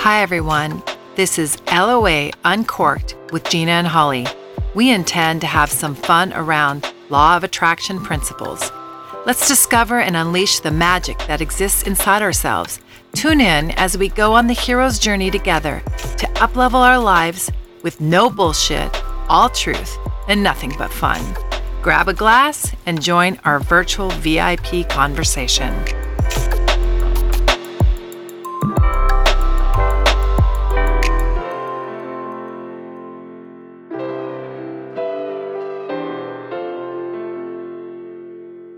Hi, everyone. This is LOA Uncorked with Gina and Holly. We intend to have some fun around law of attraction principles. Let's discover and unleash the magic that exists inside ourselves. Tune in as we go on the hero's journey together to uplevel our lives with no bullshit, all truth, and nothing but fun. Grab a glass and join our virtual VIP conversation.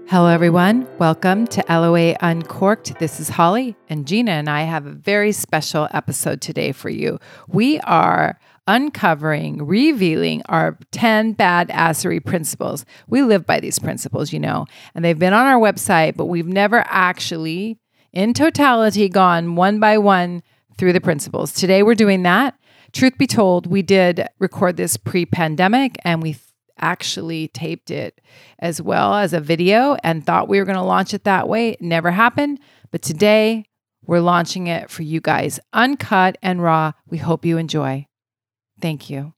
Hello, everyone. Welcome to LOA Uncorked. This is Holly, and Gina and I have a very special episode today for you. We are uncovering, revealing our 10 badassery principles. We live by these principles, you know, and they've been on our website, but we've never actually, in totality, gone one by one through the principles. Today, we're doing that. Truth be told, we did record this pre pandemic, and we actually taped it as well as a video and thought we were going to launch it that way. It never happened. But today we're launching it for you guys, uncut and raw. We hope you enjoy. Thank you.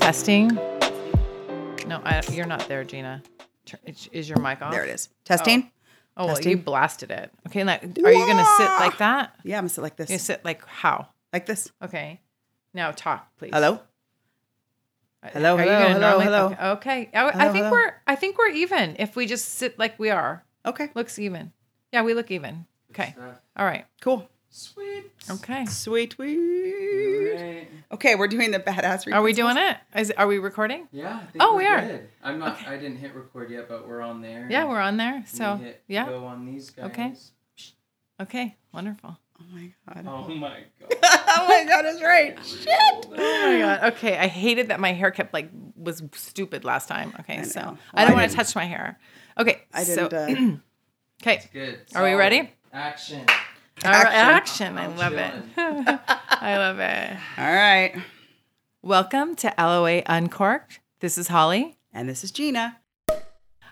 Testing. No, I, you're not there, Gina. Tur- Is is your mic off? There it is. Testing. Oh, well, you Testing. blasted it. Okay, now, are you going to sit like that? Yeah, I'm gonna sit like this. You sit like how? Like this. Okay. Now talk, please. Hello. Hello, Are you hello, gonna hello, normally- hello. Okay. okay. I, I Hello, think hello. we're I think we're even if we just sit like we are. Okay. Looks even. Yeah, we look even. Okay. All right. Cool. Sweet. Okay. Sweet. Sweet. Okay, we're doing the badassery. Are we doing it? Is are we recording? Yeah. I think Oh, we're we are. good. I'm not. I didn't hit record yet, but we're on there. Yeah, and we're on there. we So hit yeah. Go on these guys. Okay. Okay. Wonderful. Oh my god. Oh my god. oh my god, it's right. Shit. Oh my god. Okay. I hated that my hair kept like was stupid last time. Okay. I so know. I Well, don't I want to didn't- touch my hair. Okay. I so- didn't. Uh, okay. Good. Are we solid. ready? Action. All right, Action. action. I I'm love it. I love it. all right. Welcome to LOA Uncorked. This is Holly. And this is Gina.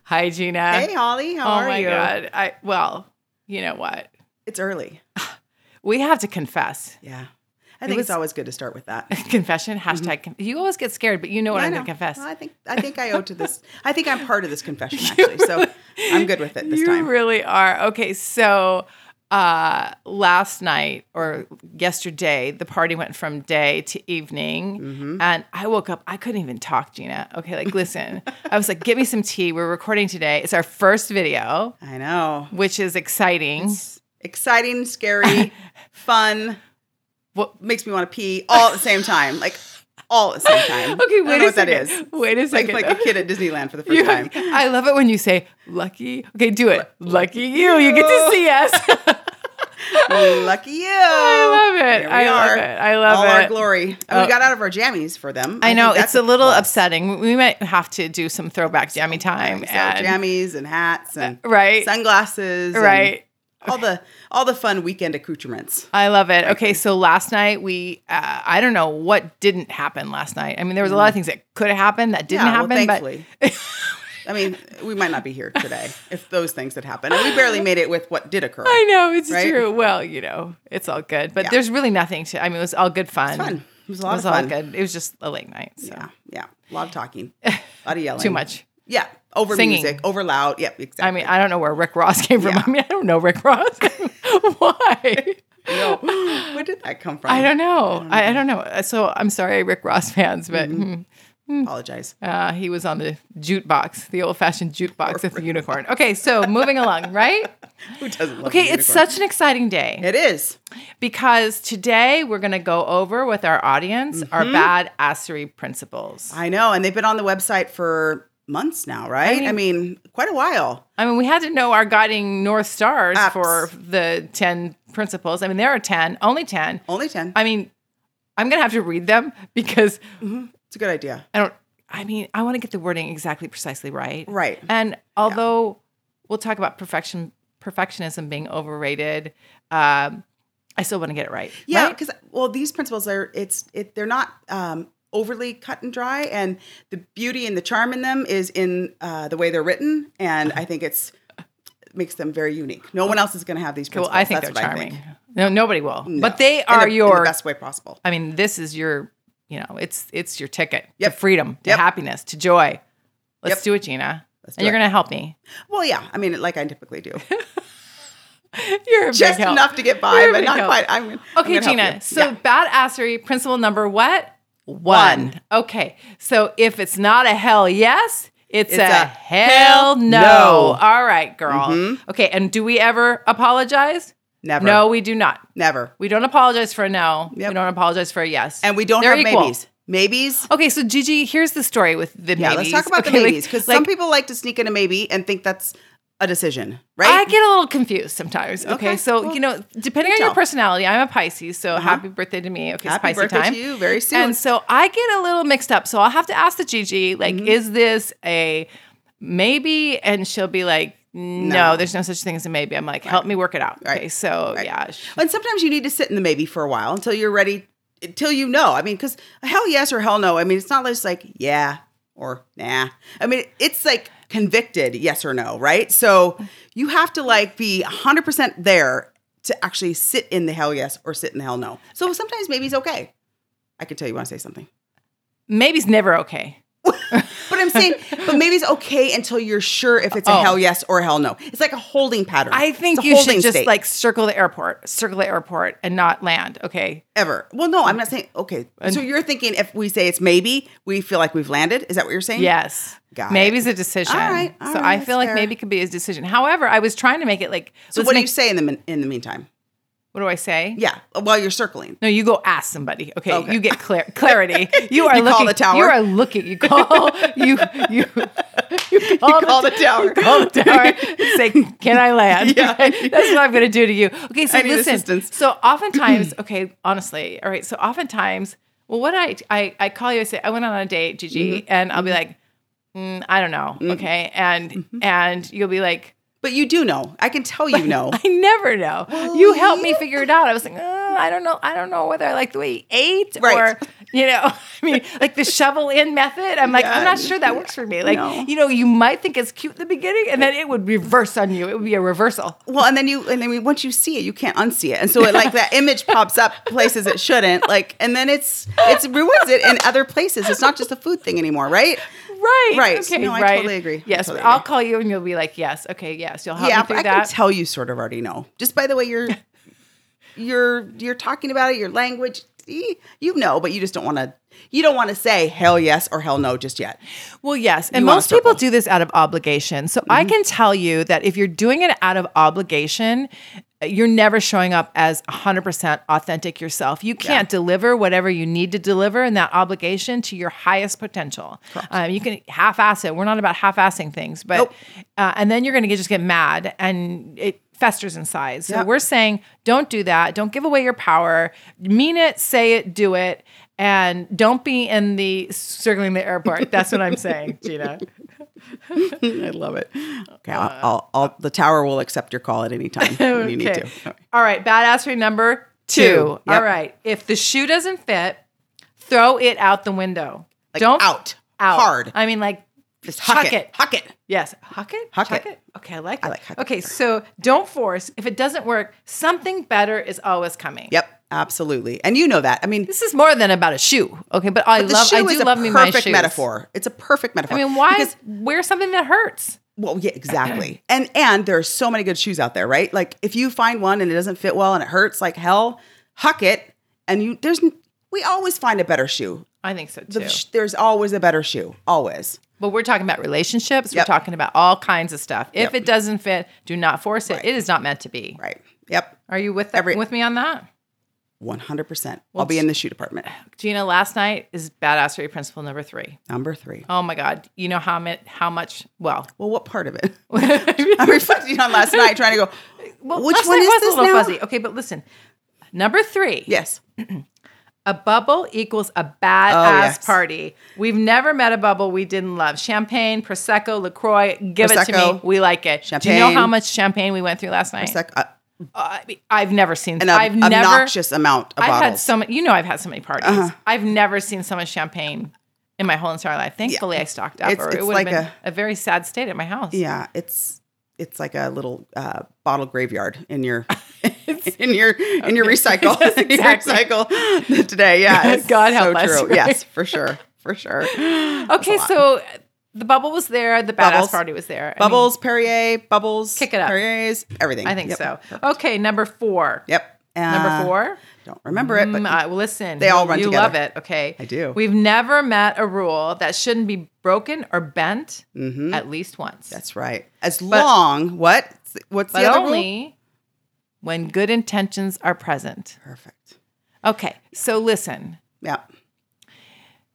Hi, Gina. Hey, Holly. How oh are my you? God. I well, you know what? It's early. We have to confess. Yeah. I think was- it's always good to start with that. Confession. Hashtag. Conf- you always get scared, but you know what Mm-hmm. I I'm know. going to confess. Well, I think I think I owe to this. I think I'm part of this confession actually. So I'm good with it this you time. really are. Okay, so uh last night or yesterday the party went from day to evening Mm-hmm. and i woke up i couldn't even talk gina okay like listen i was like give me some tea we're recording today it's our first video I know. which is exciting It's exciting, scary, fun. What- What makes me want to pee all at the same time? Like all at the same time. okay I don't wait know a what that second is. wait a Like second like a kid at Disneyland for the first You- time. I love it when you say lucky. Okay, do it. Lucky you. You get to see us. Lucky you! I love Here it. we I love are. it. I love all it. our glory. And Oh. we got out of our jammies for them. I know think it's that's a little plus. upsetting. We might have to do some throwback jammy time So and jammies and hats and right, sunglasses, and right. all the all the fun weekend accoutrements. I love it. Okay, so last night we, uh, I don't know what didn't happen last night. I mean, there was a lot of things that could have happened that didn't Mm. yeah, happen, but well, thankfully. I mean, we might not be here today if those things had happened. And we barely made it with what did occur. I know it's Right? true. Well, you know, it's all good, but Yeah. there's really nothing to. I mean, it was all good fun. fun. It was a It lot was of all fun. good. It was just a late night. So. Yeah, yeah. A lot of talking, a lot of yelling. Too much. Yeah, over Singing. music, over loud. Yep, I exactly. mean, I don't know where Rick Ross came from. Yeah. I mean, I don't know Rick Ross. Why? No. where did that come from? I don't know. Mm-hmm. I, I don't know. Uh, So I'm sorry, Rick Ross fans, but hmm, apologize. uh, he was on the jukebox, the old-fashioned jukebox at the Unicorn. Okay, so moving along, right? Who doesn't? Love Okay, the it's unicorn? such an exciting day It is. because today we're going to go over with our audience our Mm-hmm. bad assery principles. I know, and they've been on the website for months now, right? I mean, quite a while. I mean, we had to know our guiding north stars Abs- for the ten principles. I mean, there are ten, only ten. Only ten. I mean, I'm gonna have to read them because it's a good idea, I don't. I mean, I want to get the wording exactly, precisely right. right? And although we'll talk about perfection, perfectionism being overrated, um, I still want to get it right. Yeah, right? because well, these principles are it's it they're not um, overly cut and dry, and the beauty and the charm in them is in uh, the way they're written, and I think it's makes them very unique. No one else is going to have these Well, principles. I think That's they're what charming. No, nobody will. But they In the- are in your the best way possible. I mean, this is your, you know, it's it's your ticket Yep. to freedom, to Yep. happiness, to joy. Let's Yep. do it, Gina. Let's do and you're it. gonna help me. Well, yeah. I mean, like I typically do, You're a big just help. enough to get by, You're a but big not help. quite. I'm I'm Okay, gonna help Gina. you. So Yeah. badassery principle number what? One. One. Okay. So if it's not a hell yes, it's, It's a, a hell hell no. no. All right, girl. Mhm. Okay. And do we ever apologize? never, No, we do not. never, We don't apologize for a no. Yep. We don't apologize for a yes. and we don't They're have equal. maybes. Maybes. Okay, so Gigi, here's the story with the Yeah, maybes. let's talk about Okay, the like- maybes because like, some people like to sneak in a maybe and think that's a decision, right? I get a little confused sometimes. Okay, Okay, so well, you know, depending on your tell. Mm-hmm. personality, I'm a Pisces, so happy birthday to me. Okay, it's Happy Pisces birthday time. to you very soon. And so I get a little mixed up. So I'll have to ask the Gigi, like, Mm-hmm. is this a maybe? And she'll be like, no, No. there's no such thing as a maybe. I'm like, help me work it out. Okay, Right. so Right. yeah, sh- And sometimes you need to sit in the maybe for a while until you're ready, until you know. I mean, because hell yes or hell no. I mean, it's not just like yeah or nah. I mean, it's like convicted yes or no, right? So you have to like be 100% there to actually sit in the hell yes or sit in the hell no. So sometimes maybe's okay. I can tell you want to say something. maybe's never okay. But I'm saying, but maybe it's okay until you're sure if it's a Oh. hell yes or a hell no. It's like a holding pattern. I think It's a you should holding just state. like circle the airport, circle the airport, and not land. Okay, ever. Well, no, I'm not saying okay. so you're thinking if we say it's maybe, we feel like we've landed. Is that what you're saying? Yes. Got Maybe's a decision. All right, all so right, I feel that's like fair. maybe could be his decision. However, I was trying to make it like So let's what do make- you say in the min- in the meantime? what do I say? Yeah, while you're circling. No, you go ask somebody. Okay, Okay. you get clar- clarity. You are You looking. call the tower. You are looking. You call. You you you You call the tower. Call the tower. and Say, can I land? Yeah. That's what I'm going to do to you. Okay, so I need listen. assistance. So oftentimes, okay, honestly, all right. So oftentimes, well, what I I, I call you, I say I went on a date, Mm-hmm. Gigi, and I'll be like, mm, I don't know, okay, and Mm-hmm. and you'll be like, But you do know. I can tell you know. I never know. Oh, you helped me figure it out. I was like, uh, I don't know. I don't know whether I like the way he ate Right. or, you know, I mean, like the shovel in method. I'm like, I'm not Yeah. sure that works for me. Like, No. you know, you might think it's cute in the beginning and then it would reverse on you. It would be a reversal. well, and then you and then we, once you see it, you can't unsee it. And so it, like that image pops up places it shouldn't. Like and then it's it's ruins it in other places. It's not just a food thing anymore, right? Right. Right. Okay. No, I right. totally agree. I Yes. totally I'll agree. call you and you'll be like, yes. Okay. Yes. You'll help yeah, me but through I that. can tell you sort of already know. Just by the way you're you're you're talking about it, your language, eh, you know, but you just don't want to you don't want to say hell yes or hell no just yet. Well, yes. And You wanna most people circle. Mm-hmm. do this out of obligation. So I can tell you that if you're doing it out of obligation, you're never showing up as 100% authentic yourself. You can't deliver whatever you need to deliver in that obligation to your highest potential. Um, you can half ass it. We're not about half assing things, but, Nope. uh, and then you're going to just get mad and it festers inside. So Yeah. we're saying don't do that. Don't give away your power. Mean it, say it, do it. And don't be in the circling the airport. That's what I'm saying, Gina. I love it. Okay, I'll, I'll, I'll the tower will accept your call at any time when you need Okay. to. All right, badassery number two. Two. Yep. All right, if the shoe doesn't fit, throw it out the window. Like don't out, out. hard. I mean, like Just huck chuck it, it. huck it. yes, huck it, Huck chuck it. Okay, I like. It. I like huck it Okay, better. so don't force. If it doesn't work, something better is always coming. Yep, absolutely. And you know that. I mean, This is more than about a shoe. Okay, but I the love. shoe I do is a love me my perfect shoes. metaphor. It's a perfect I metaphor. mean, why Because- wear something that hurts? Well, yeah, exactly. and and there are so many good shoes out there, right? Like if you find one and it doesn't fit well and it hurts like hell, huck it. And you there's n- we always find a better shoe. I think so too. The sh- there's always a better shoe, always. But we're talking about relationships. Yep. We're talking about all kinds of stuff. If Yep. it doesn't fit, do not force it. It is not meant to be. Right. Yep. Are you with Every- with me on that? 100%. I'll be in the shoe department. Gina, last night is badassery principle number three. Number 3. Oh my God. You know how, mi- how much? Well, Well, what part of it? I'm reflecting on last night trying to go well Which last one night is was this a little now? fuzzy. Okay, but listen. Number three, Yes. a bubble equals a badass Oh, yes. party. We've never met a bubble we didn't love. Champagne, Prosecco, LaCroix, give it to me. Prosecco. We like it. Do you know Champagne. how much champagne we went through last night? Sec- uh, Uh, I've never seen. an I've ob- never. obnoxious amount of I've had bottles. Uh-huh. so many. You know, I've had so many parties. I've never seen so much champagne in my whole entire life. Thankfully, I stocked up, It's- or it's it would like have been a- a, very sad state at my house. yeah, it's it's like a little uh, bottle graveyard in your in your in your recycle Yes, in your exactly. recycle today. Yeah, it's God help us, right? Yes, for sure, for sure. Okay, so the bubble was there. The badass Bubbles. party was there. I mean, Bubbles, Perrier, bubbles, Kick it up. Perrier's, everything. I think Yep. so. Okay, number four. Yep. Number Uh, four. Don't remember it, but Mm, I- well, listen, they all run You together. love it. Okay, I do. We've never met a rule that shouldn't be broken or bent Mhm. at least once. that's right. As long what? What's but the other rule? only when good intentions are present. Perfect. Okay, so listen, Yep.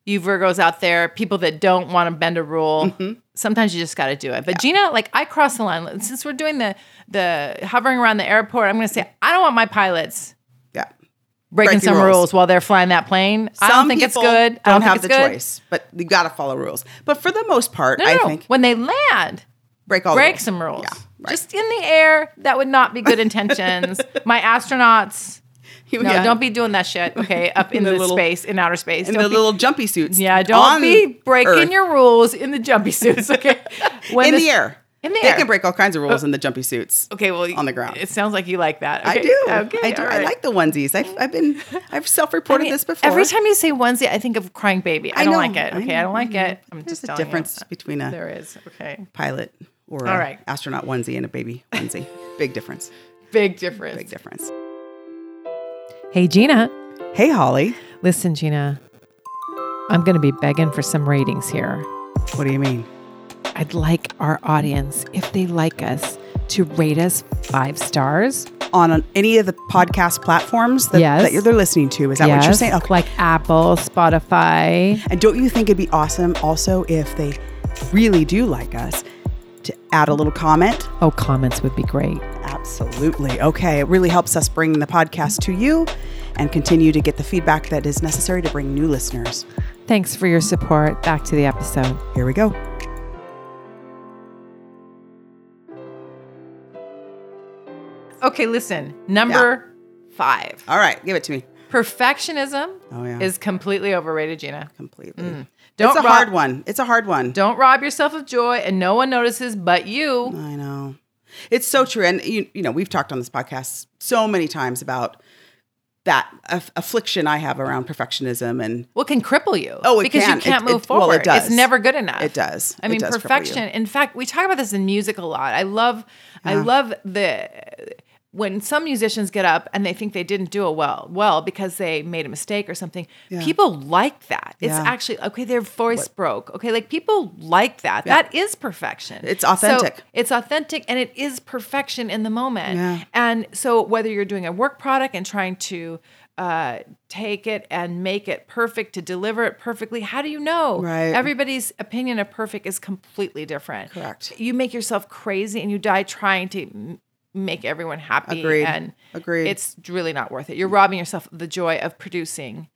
you Virgos out there, people that don't want to bend a rule, Mm-hmm. sometimes you just got to do it. But Gina, like I cross the line. Since we're doing the the hovering around the airport, I'm going to say I don't want my pilots Yeah. breaking, Breaking some rules. rules. while they're flying that plane. I don't Some think it's people good. I don't Don't, think have it's the good. choice, but you got to follow rules. But for the most part, No, I no, no. think when they land, break all the break rules. some rules. Oh, Yeah, right. Just in the air, that would not be good intentions. my astronauts, no, Yeah. don't be doing that shit. Okay, up in, the the, little- space, in outer space, in Don't the be- little jumpy suits. Yeah, on don't be breaking Earth. your rules in the jumpy suits, okay? When in this- the air. In the they air. can break all kinds of rules in the jumpy suits. Okay, well, on the ground. It sounds like you like that. I Uh, Okay, do. Okay, I do. all I right. like the onesies. I've, I've been. I've self-reported I mean, this before. Every time you say onesie, I think of crying baby. I, I don't know, like it. I Okay, I, don't know, like I know. it. I'm there's just a telling you. difference between a There is. Okay, pilot or All a right. astronaut onesie and a baby onesie. Big difference. big difference. Big difference. Hey, Gina. Hey, Holly. Listen, Gina. I'm going to be begging for some ratings here. What do you mean? I'd like our audience, if they like us, to rate us five stars. On an- any of the podcast platforms that, Yes. that you're, they're listening to, is that what you're saying? Okay. Like Apple, Spotify. And don't you think it'd be awesome also if they really do like us to add a little comment? Oh, comments would be great. Absolutely. Okay. It really helps us bring the podcast to you and continue to get the feedback that is necessary to bring new listeners. Thanks for your support. Back to the episode. Here we go. Okay, listen. Number five All right. Give it to me. perfectionism Oh, yeah. is completely overrated, Gina. Completely. Don't it's a rob, hard one. It's a hard one. Don't rob yourself of joy, and no one notices but you. I know. It's so true. And, you, you know, we've talked on this podcast so many times about that aff- affliction I have around perfectionism. And What can cripple you? Oh, it because can. you can't It- move it- well, forward. it does. It's never good enough. It does. I It mean, does cripple you. perfection. In fact, we talk about this in music a lot. I love, I love the when some musicians get up and they think they didn't do it well, well because they made a mistake or something. People like that. It's Yeah. actually okay. Their voice broke. Okay, like people like that. That is perfection. It's So authentic. it's authentic and it is perfection in the moment. Yeah. And so whether you're doing a work product and trying to uh, take it and make it perfect to deliver it perfectly, how do you know? Right. Everybody's opinion of perfect is completely different. Correct. You make yourself crazy and you die trying to m- make everyone happy. Agreed. And Agreed. it's really not worth it. You're robbing yourself of the joy of producing.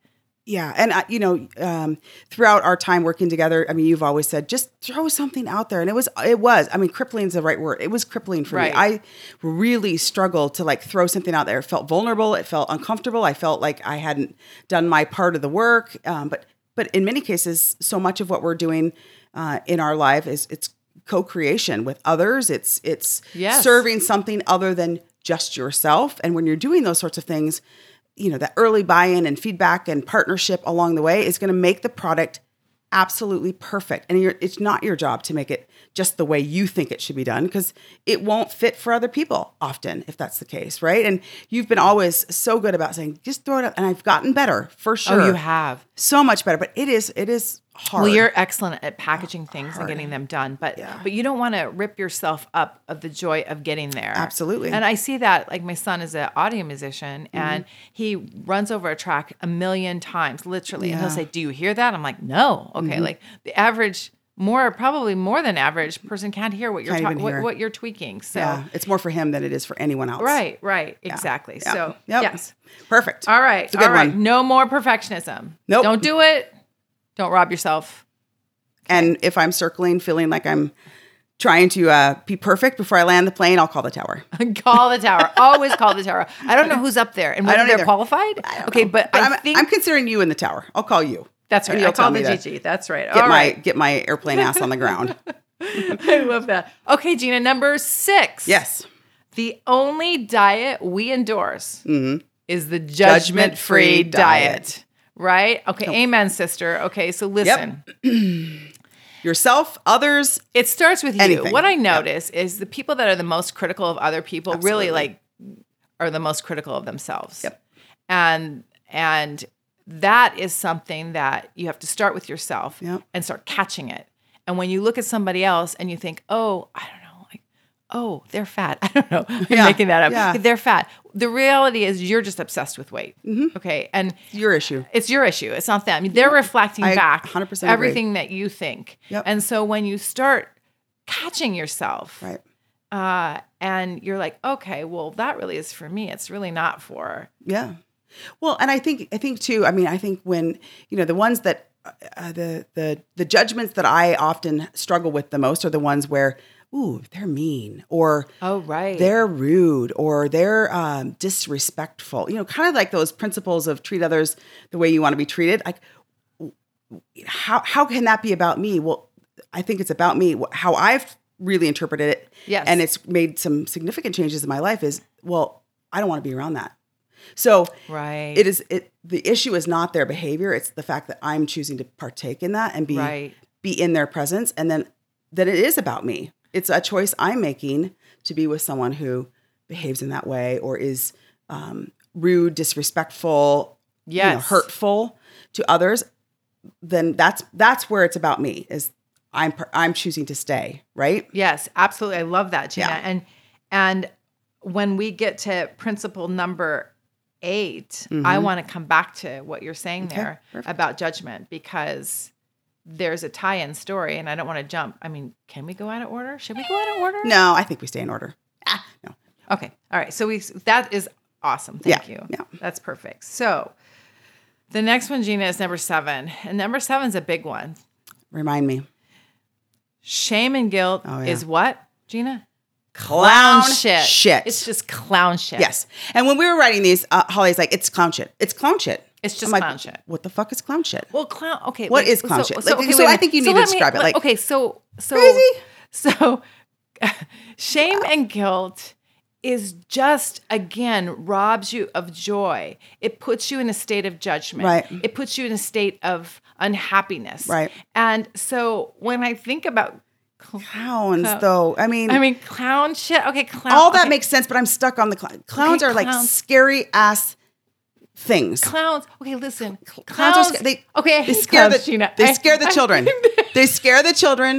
Yeah, and I, you know, um, throughout our time working together, I mean, you've always said just throw something out there, and it was, it was. I mean, crippling is the right word. It was crippling for Right. me. I really struggled to like throw something out there. It felt vulnerable. It felt uncomfortable. I felt like I hadn't done my part of the work. Um, but but in many cases, so much of what we're doing uh, in our life is it's co-creation with others. It's it's Yes. serving something other than just yourself. And when you're doing those sorts of things, you know, that early buy-in and feedback and partnership along the way is going to make the product absolutely perfect. And you're, it's not your job to make it just the way you think it should be done because it won't fit for other people often if that's the case, right? And you've been always so good about saying just throw it up. And I've gotten better for sure. Oh, you have. so much better, but it is it is hard. Oh, Well, you're excellent at packaging things and getting them done, but but you don't want to rip yourself up of the joy of getting there. Absolutely. Mm-hmm. And I see that like my son is an audio musician and he runs over a track a million times literally and he'll say, "Do you hear that?" I'm like, "No." Okay, Mm-hmm. like the average more probably more than average person can't hear what you're Can't ta- even what, hear. what you're tweaking. So yeah, it's more for him than it is for anyone else. Right, right, exactly. Yeah. So Yep. yes, Perfect. all right, It's a good all right. one. No more perfectionism. Nope. Don't do it. Don't rob yourself. And if I'm circling, feeling like I'm trying to uh, be perfect before I land the plane, I'll call the tower. call the tower. Always call the tower. I don't know who's up there and whether don't they're either. qualified. Okay, but, But I I'm, think I'm considering you in the tower. I'll call you. that's right. and you'll I call tell the me to GG. That's right. Get All my right. get my airplane ass on the ground. I love that. Okay, Gina, number six. Yes. The only diet we endorse Mhm. is the judgment free Judgment-free diet. Right? Okay, amen, sister. Okay, so listen, Yourself, others. it starts with you. Anything. What I notice is the people that are the most critical of other people really Absolutely. like are the most critical of themselves. Yep. And and that is something that you have to start with yourself Yep. and start catching it. And when you look at somebody else and you think, oh, I don't know, like, oh, they're fat. I don't know. I'm Yeah, making that up. yeah. They're fat. The reality is you're just obsessed with weight. Mm-hmm. Okay. And Your issue. it's your issue. It's not them. They're reflecting I back 100% agree. everything that you think. Yep. And so when you start catching yourself, Right. uh, and you're like, okay, well, that really is for me. It's really not for. Yeah. Well, and I think I think too. I mean, I think when you know the ones that uh, the the the judgments that I often struggle with the most are the ones where, ooh, they're mean or Oh, right. they're rude or they're um, disrespectful. You know, kind of like those principles of treat others the way you want to be treated. Like, w- w- how how can that be about me? Well, I think it's about me. Wh- How I've really interpreted it, Yes. and it's made some significant changes in my life. Is well, I don't want to be around that. So right. it is it the issue is not their behavior it's the fact that i'm choosing to partake in that and be right. be in their presence and then that it is about me it's a choice i'm making to be with someone who behaves in that way or is um, rude disrespectful you know, Yes. hurtful to others then that's that's where it's about me is i'm par- i'm choosing to stay right Yes, absolutely. I love that, Gina. Yeah. And and when we get to principle number 8 I Mhm. want to come back to what you're saying Okay, there perfect. about judgment because there's a tie-in story, and I don't want to jump. I mean, can we go out of order? Should we go out of order? no i think we stay in order ah, no Okay. All right. So we that is awesome. Thank you. yeah. That's perfect. So the next one, Gina, is number seven, and number seven is a big one. remind me Shame and guilt Oh, yeah. is what, Gina? clown, shit. It's just clown shit. Yes. And when we were writing these, uh, Holly's like, it's clown shit. It's clown shit. It's just I'm like, clown shit. What the fuck is clown shit? Well, clown. Okay, What is clown shit? Like, so wait a I minute. think you need to let describe it, let- like- okay, so so Crazy? So shame and guilt is just again robs you of joy. It puts you in a state of judgment. Right. It puts you in a state of unhappiness. Right. And so when I think about, cl- Clowns, Clown. though. I mean, I mean, clown shit. Okay, clown. all that okay, makes sense, but I'm stuck on the clown. Clowns Okay, are like clowns. scary ass things. clowns. Okay, listen. Clowns. Clowns are sc- they, okay, I they hate scare clowns, the Gina. They I- scare the I- children. they scare the children.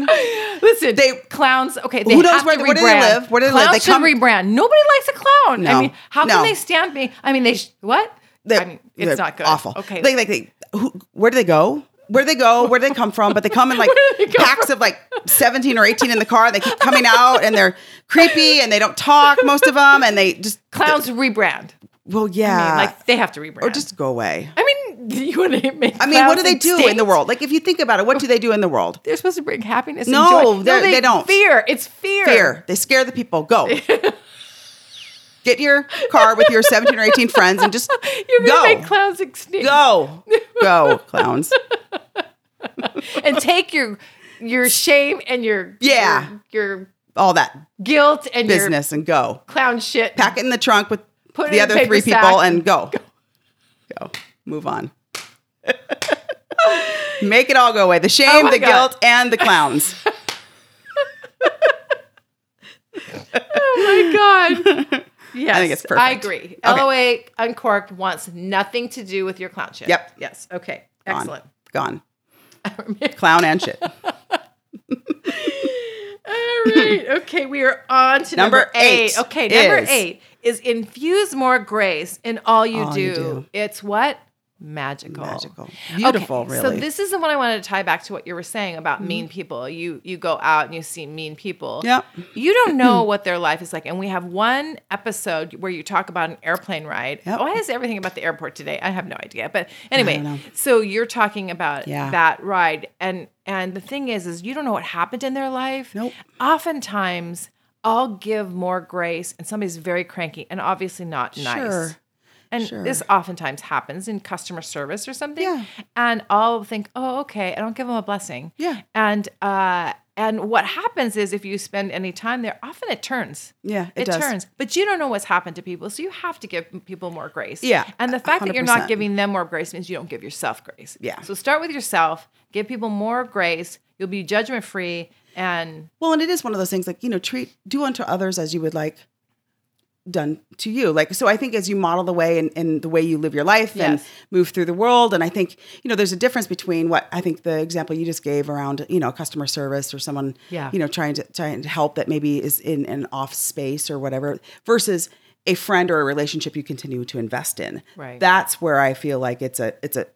Listen, they They- clowns. Okay, they Who knows have where- to where do they rebrand. live? Where do they live? Clowns They should come- rebrand. Nobody likes a clown. I No. mean, how No. can they stand me? I mean, they sh- what? They're, I mean, it's they're not good. Awful. Okay, They, like they, who, where do they go? Where do they go? Where do they come from? But they come in like Where do they go packs of like 17 or 18 in the car. They keep coming out and they're creepy and they don't talk, most of them. And they just, clowns rebrand. well, I yeah. mean, like they have to rebrand. Uh, or just go away. I mean, do you want to make? I mean, what do clowns they do in the extinct? world? Like, if you think about it, what do they do in the world? They're supposed to bring happiness. and No, joy. they're- they don't. Fear. It's fear. Fear. They scare the people. Go. Get in your car with your 17 or 18 friends and just You're go. gonna make clowns extinct. go. Go, clowns. and take your your shame and your Yeah. your, your All that guilt and your business and go. clown shit. Pack it in the trunk with Put it the in a other paper three sack. people and go. Go. Move on. Make it all go away. The shame, Oh my the God. guilt, and the clowns. Oh my god. Yes, I think it's I perfect. agree. Okay. LOA Uncorked wants nothing to do with your clown shit. Yep. Yes. Okay. Gone. Excellent. Gone. Clown and shit. All right. Okay. We are on to number, Number eight. eight Okay. Number is- eight is infuse more grace in all you, All do. you do. It's what magical. Magical. Okay, Beautiful, So really. Mm-hmm. this is the one I wanted to tie back to what you were saying about mean people. You you go out and you see mean people. Yep. You don't know what their life is like. And we have one episode where you talk about an airplane ride. Yep. Why is everything about the airport today? I have no idea. But don't know. anyway, so you're talking about Yeah. that ride and and the thing is is you don't know what happened in their life. Nope. Oftentimes I'll give more grace and somebody's very cranky and obviously not nice. Sure. And Sure. this oftentimes happens in customer service or something. Yeah. And I'll think, oh, okay. And I'll give them a blessing. Yeah. And uh And what happens is if you spend any time there, often it turns. Yeah, it It, does. turns. But you don't know what's happened to people. So you have to give people more grace. Yeah, And the fact that you're not 100%. giving them more grace means you don't give yourself grace. Yeah. So start with yourself, give people more grace. You'll be judgment free and Well, and it is one of those things like, you know, treat, do unto others as you would like done to you. Like, so I think as you model the way and, and the way you live your life and Yes. move through the world, and I think, you know, there's a difference between what I think the example you just gave around, you know, customer service or someone, Yeah. you know, trying to, trying to help that maybe is in an off space or whatever versus a friend or a relationship you continue to invest in. Right. That's where I feel like it's a, it's a,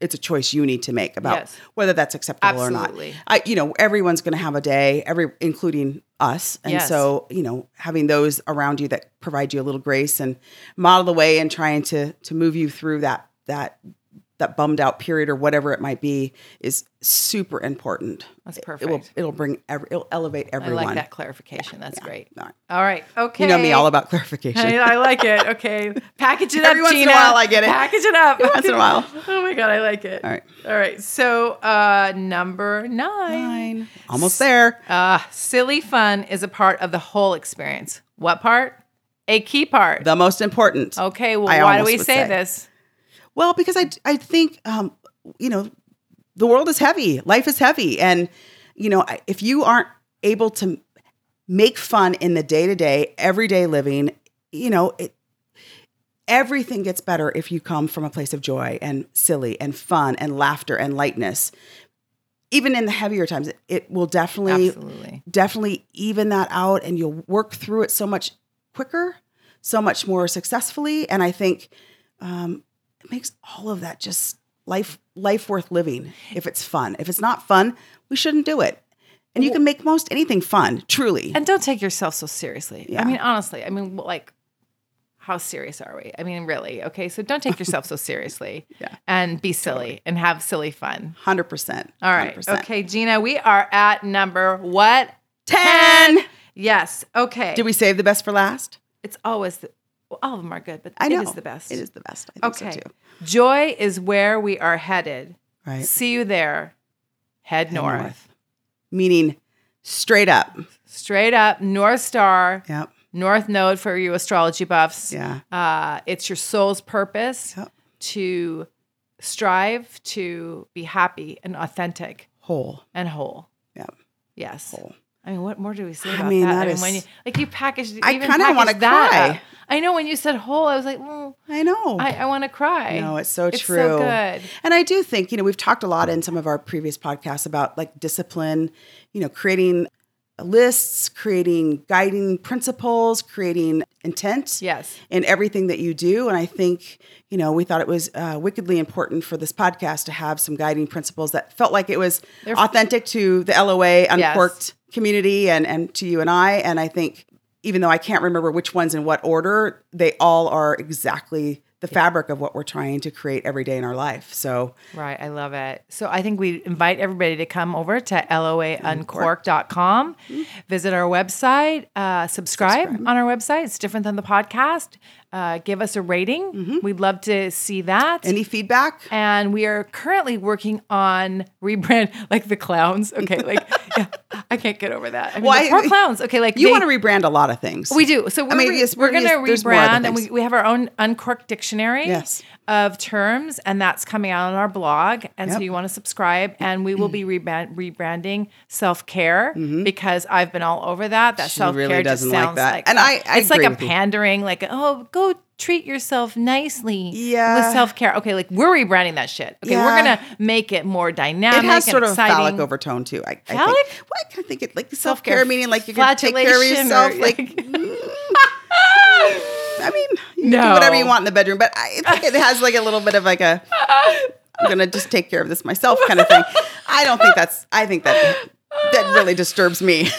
it's a choice you need to make about Yes. whether that's acceptable or Absolutely. not. I, you know, everyone's going to have a day, every including us, and Yes. so you know, having those around you that provide you a little grace and model the way and trying to to move you through that that that bummed out period or whatever it might be is super important. that's It perfect. will it'll bring every, it'll elevate I everyone. like that clarification. That's great. No, All right. Okay. You know me all about clarification. I, I like it. Okay. Package it up. Every once in a Gina. while I get it. Package it up. once in a while. oh my God, I like it. All right. All right. So uh number nine. Fine. Almost there. Uh silly fun is a part of the whole experience. What part? A key part. The most important. okay, well, I why do almost we would say, say. this? Well, because I I think um, you know the world is heavy, life is heavy, and you know I- if you aren't able to make fun in the day to day, everyday living, you know it. Everything gets better if you come from a place of joy and silly and fun and laughter and lightness. Even in the heavier times, it, it will definitely Absolutely. definitely even that out and you'll work through it so much quicker, so much more successfully. And I think um, it makes all of that just life life worth living if it's fun. If it's not fun, we shouldn't do it. And you can make most anything fun, truly. And don't take yourself so seriously. I Yeah. mean, honestly, I mean, like, how serious are we? I mean, really. Okay. So don't take yourself so seriously. Yeah. And be silly and have silly fun. 100%. All right. 100%. Okay, Gina, we are at number what? 10. Yes. Okay. Did we save the best for last? It's always the, well, all of them are good, but I know. it is the best. It is the best. I think Okay. so too. Joy is where we are headed. Right. See you there. Head, north. north. Meaning straight up. Straight up, North Star, Yep. North Node for you astrology buffs. Yeah. Uh, it's your soul's purpose Yep. to strive to be happy and authentic Whole. and whole. Yep. Yes. Whole. I mean, what more do we say I about mean, that? I that mean, is- when you like you packaged, I even kinda packaged wanna that cry. up. I know when you said whole, I was like, mm, I know. I, I want to cry. No, it's so it's true. So good. And I do think, you know, we've talked a lot in some of our previous podcasts about like discipline, you know, creating lists, creating guiding principles, creating intent Yes. in everything that you do. And I think, you know, we thought it was uh, wickedly important for this podcast to have some guiding principles that felt like it was authentic to the LOA Uncorked community and, and to you and I. And I think, even though I can't remember which ones in what order, they all are exactly the fabric of what we're trying to create every day in our life. So, Right. I love it. So I think we invite everybody to come over to loauncork.com, Mm-hmm. visit our website, uh, subscribe, on our website. It's different than the podcast. Uh, give us a rating. We'd love to see that. Mm-hmm. any feedback? and we are currently working on rebrand like the clowns. Okay, like yeah, I can't get over that. I mean, Well, the I- poor clowns. Okay, like You they- want to rebrand a lot of things. We do. So we're, mean, re- yes, we're going to yes, there's more other rebrand, and we, things. we have our own uncorked dictionary Yes. of terms, and that's coming out on our blog. And so Yep. Mm-hmm. you want to subscribe, and we will be rebrand- rebranding self care because I've been all over that. That She self care really just doesn't like sounds that. like And I- I it's like agree a with you. pandering, like oh, go treat yourself nicely Yeah. with self care. Okay, like we're rebranding that shit. Okay, we're Yeah. gonna make it more dynamic. it has and sort of a exciting. phallic overtone too. I, I think. Phallic? Well, I kind of think it like self Self-care, care meaning like you can take care of flagellation yourself. or- like, mm, I mean, you can No. do whatever you want in the bedroom, but I think it has like a little bit of like a I'm gonna just take care of this myself kind of thing. I don't think that's. I think that that really disturbs me.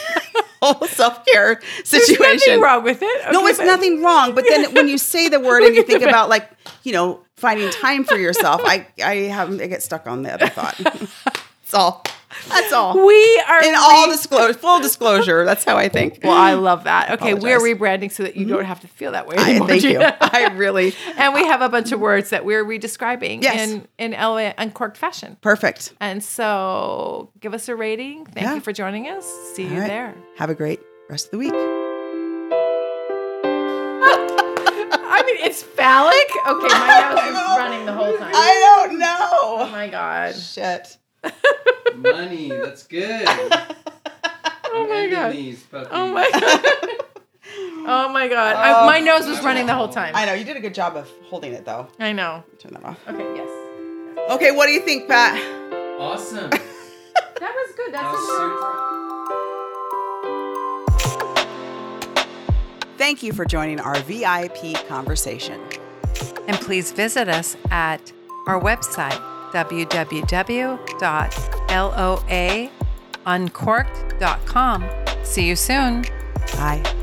Whole self care situation. There's nothing wrong with it. No, okay, it's but- nothing wrong. But then when you say the word and you think about like, you know, finding time for yourself, I I have I get stuck on the other thought. it's all That's all. We are In all re- disclosure, full disclosure. That's how I think. Well, I love that. Okay, we're Apologize. Mm-hmm. rebranding so that you don't have to feel that way I, anymore. thank you. Gina. I really and we have a bunch of words that we're redescribing Yes. in in LA uncorked fashion. perfect. And so, give us a rating. Thank Yeah. you for joining us. See All you right. there. Have a great rest of the week. I mean, it's phallic. Okay, my nose is know. running the whole time. I don't oh know. my god. Shit. Money. That's good. Oh my god. These fucking- Oh my god. Oh my god. I, Oh. my nose was running the whole time. I know. You did a good job of holding it, though. I know. Turn that off. Okay, yes. Okay, what do you think, Pat? Awesome. That was good. That That's was a super. Thank you for joining our VIP conversation. And please visit us at our website, www.loauncorked.com. See you soon. Bye.